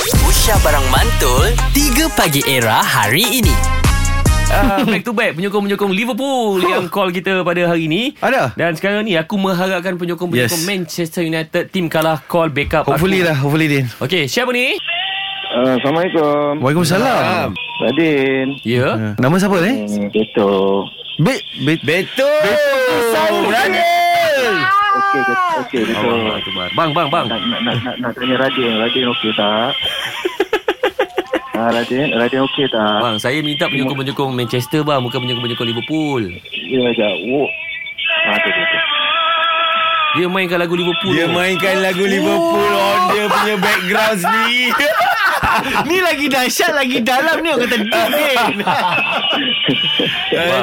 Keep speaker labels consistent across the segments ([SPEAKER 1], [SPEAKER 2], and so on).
[SPEAKER 1] Aisyah Barang Mantul 3 Pagi Era hari ini
[SPEAKER 2] Ah, back to back penyokong-penyokong Liverpool yang call kita pada hari ni.
[SPEAKER 3] Ada.
[SPEAKER 2] Dan sekarang ni aku mengharapkan penyokong-penyokong
[SPEAKER 3] Yes.
[SPEAKER 2] Manchester United tim kalah call backup
[SPEAKER 3] Hopefully
[SPEAKER 2] aku.
[SPEAKER 3] lah Hopefully Din
[SPEAKER 2] Okey, siapa ni?
[SPEAKER 4] Uh, Assalamualaikum.
[SPEAKER 3] Waalaikumsalam Eh,
[SPEAKER 4] Radin.
[SPEAKER 2] Ya. Yeah.
[SPEAKER 3] Nama siapa ni?
[SPEAKER 4] Hmm, Betul.
[SPEAKER 3] Be Be Betul Betul Daniel
[SPEAKER 4] Okey, bet- okey, betul.
[SPEAKER 2] Bang, bang, bang.
[SPEAKER 4] Nak, nak, nak, nak, nak tanya Radin. Radin okey tak? ha, Radin, Radin okey tak?
[SPEAKER 2] Bang, saya minta penyokong-penyokong Manchester bang, bukan penyokong-penyokong Liverpool.
[SPEAKER 4] Ya, sekejap. Oh. Ha, tu, tu, tu.
[SPEAKER 2] Dia mainkan lagu Liverpool.
[SPEAKER 3] Dia mainkan lagu Liverpool On dia punya background sendiri Ni lagi dahsyat Lagi dalam ni Orang kata Din Din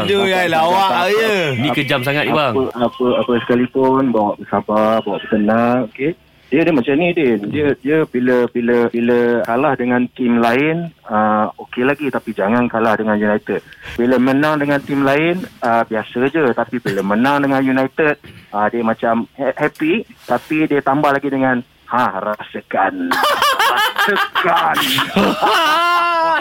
[SPEAKER 3] Aduh ya, Lawak je
[SPEAKER 2] Ni kejam sangat ni Eh, bang.
[SPEAKER 4] Apa, apa, apa sekalipun, bawa bersabar, bawa bertenang, okey? Dia dia macam ni Din. Dia
[SPEAKER 2] Hmm.
[SPEAKER 4] dia bila bila bila kalah dengan tim lain uh, okey lagi tapi jangan kalah dengan United. Bila menang dengan tim lain uh, biasa je tapi bila menang dengan United uh, dia macam ha- happy tapi dia tambah lagi dengan ha rasakan. rasakan.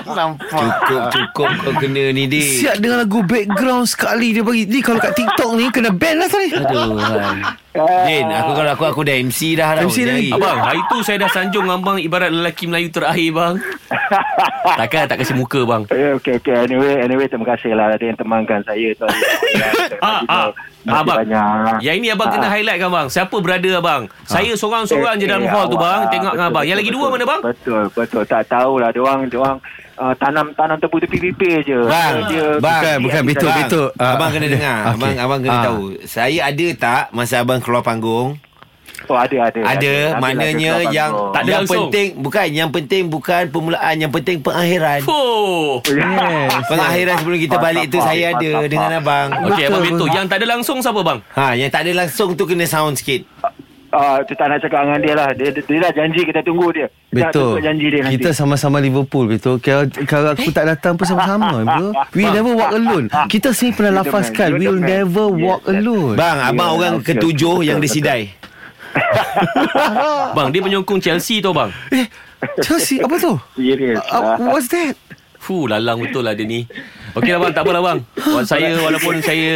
[SPEAKER 5] Cukup cukup kau kena ni dik.
[SPEAKER 3] Siap dengan lagu background sekali Dia bagi Ni kalau kat TikTok ni Kena ban lah tadi
[SPEAKER 5] Aduh. Han. Din, aku kalau aku aku dah MC dah tau.
[SPEAKER 3] MC dah ni.
[SPEAKER 2] Abang, hari tu saya dah sanjung abang ibarat lelaki Melayu terakhir bang. Takkan tak kasi muka bang.
[SPEAKER 4] Eh, okay, okay. Anyway, anyway, terima kasih lah ada yang temankan saya. Tuan.
[SPEAKER 2] Ah, ah. Abang,
[SPEAKER 4] banyak. Ah.
[SPEAKER 2] yang ini abang kena highlight kan bang. Siapa brother abang? Saya seorang-seorang
[SPEAKER 4] Eh,
[SPEAKER 2] je dalam hall tu bang. Tengok dengan abang. Yang lagi dua mana bang?
[SPEAKER 4] lah. Betul, betul. Tak tahulah. Dia orang, dia orang uh, tanam tanam tebu tepi pipih je.
[SPEAKER 5] Bang, bang,
[SPEAKER 3] Bukan bukan Betul
[SPEAKER 5] Abang,
[SPEAKER 3] betul Ah,
[SPEAKER 5] abang kena dengar.
[SPEAKER 3] okay.
[SPEAKER 5] Abang abang kena
[SPEAKER 3] Ah.
[SPEAKER 5] tahu. Saya ada tak masa abang keluar panggung?
[SPEAKER 4] Oh, ada, ada. lah
[SPEAKER 5] Ada, maknanya
[SPEAKER 4] Abang
[SPEAKER 5] yang
[SPEAKER 4] Gong.
[SPEAKER 2] tak ada
[SPEAKER 5] yang
[SPEAKER 2] langsung.
[SPEAKER 5] penting bukan yang penting bukan permulaan, yang penting pengakhiran.
[SPEAKER 2] Oh.
[SPEAKER 3] Yes
[SPEAKER 5] Pengakhiran sebelum kita balik tu saya ada dengan abang.
[SPEAKER 2] Okey abang
[SPEAKER 3] Betul,
[SPEAKER 2] Bento.
[SPEAKER 3] bang.
[SPEAKER 2] Yang tak ada langsung siapa bang?
[SPEAKER 5] Ha, yang tak ada langsung tu kena sound sikit.
[SPEAKER 4] Ah, tu tak nak cakap dengan dia lah. Dia, dia dah janji kita tunggu dia. Kita
[SPEAKER 3] Betul
[SPEAKER 4] tunggu janji dia nanti.
[SPEAKER 3] Kita sama-sama Liverpool Betul Kalau, kalau aku tak datang pun sama-sama bro. We never walk alone Kita sini pernah
[SPEAKER 4] You're the man,
[SPEAKER 3] lafazkan
[SPEAKER 4] you're
[SPEAKER 3] We
[SPEAKER 4] the
[SPEAKER 3] will
[SPEAKER 4] man.
[SPEAKER 3] never
[SPEAKER 4] Yes,
[SPEAKER 3] walk
[SPEAKER 4] yes.
[SPEAKER 3] alone
[SPEAKER 5] Bang, abang
[SPEAKER 4] Ya,
[SPEAKER 5] orang
[SPEAKER 4] okey,
[SPEAKER 5] ketujuh
[SPEAKER 4] betul,
[SPEAKER 5] yang
[SPEAKER 4] betul.
[SPEAKER 5] disidai.
[SPEAKER 2] Bang, dia penyokong Chelsea tau bang.
[SPEAKER 3] Eh Chelsea apa tu
[SPEAKER 4] Serius. lah.
[SPEAKER 3] uh, What's that
[SPEAKER 2] Fuh, lalang betul lah dia ni. Okey lah bang, tak apalah bang. Wal- Saya walaupun saya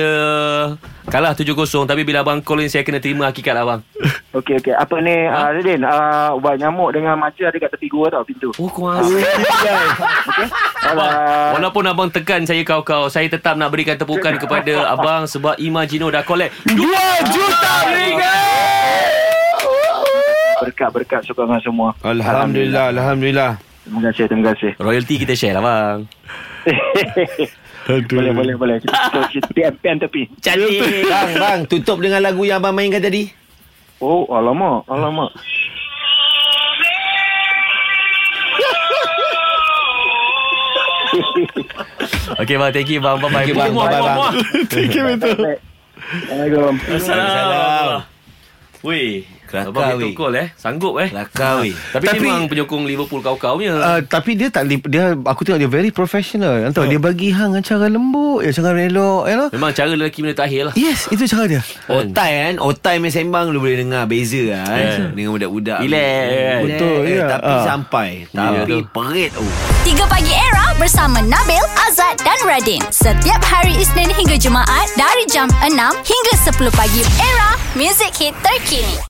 [SPEAKER 2] kalah 7-0 tapi bila abang call ni saya kena terima hakikat lah bang.
[SPEAKER 4] Okey, okey. Apa ni, ha? uh, Radin? Uh, ubat nyamuk dengan maca ada kat tepi gua tau pintu.
[SPEAKER 2] Oh, kau asal. Abang, walaupun abang tekan saya kau-kau, saya tetap nak berikan tepukan kepada abang sebab Imagino dah collect Ah, 2 juta ringgit.
[SPEAKER 4] Berkat-berkat sokongan semua.
[SPEAKER 5] Alhamdulillah, alhamdulillah.
[SPEAKER 4] Terima kasih, terima kasih.
[SPEAKER 2] Royalty kita share lah bang.
[SPEAKER 4] boleh, boleh, boleh. Kita, kita, kita PM, PM tepi.
[SPEAKER 2] Cantik.
[SPEAKER 5] Bang, bang, tutup dengan lagu yang abang mainkan tadi.
[SPEAKER 4] Oh, alamak, alamak.
[SPEAKER 2] Okey bang, thank you bang. Bye bye.
[SPEAKER 5] Thank you, bang.
[SPEAKER 2] Muah,
[SPEAKER 5] Bye,
[SPEAKER 2] muah,
[SPEAKER 5] bang.
[SPEAKER 2] muah.
[SPEAKER 4] Assalamualaikum.
[SPEAKER 2] Salam. Weh,
[SPEAKER 5] Kelakar,
[SPEAKER 2] abang itu
[SPEAKER 5] weh.
[SPEAKER 2] call eh. Sanggup eh.
[SPEAKER 5] Kelakar weh.
[SPEAKER 2] Tapi,
[SPEAKER 3] Tapi-
[SPEAKER 2] memang Ah. penyokong Liverpool kau-kau punya.
[SPEAKER 3] Uh, tapi dia tak lip- dia aku tengok dia very professional. Entah dia bagi hang dengan cara lembut, ya cara elok, you know.
[SPEAKER 2] Memang cara lelaki benda tak akhir lah.
[SPEAKER 3] Yes, itu cara dia.
[SPEAKER 5] Otai kan Otai main sembang Lu boleh dengar Beza lah kan
[SPEAKER 2] Yeah.
[SPEAKER 5] Dengan budak-budak
[SPEAKER 2] Relax, kan?
[SPEAKER 3] Betul,
[SPEAKER 5] Eh,
[SPEAKER 3] ya.
[SPEAKER 5] Tapi
[SPEAKER 3] Ah.
[SPEAKER 5] sampai Tapi
[SPEAKER 2] tu.
[SPEAKER 5] perit oh.
[SPEAKER 6] 3 Pagi Era bersama Nabil, Azad dan Radin. Setiap hari Isnin hingga Jumaat dari jam 6 hingga 10 pagi. Era, music hit terkini.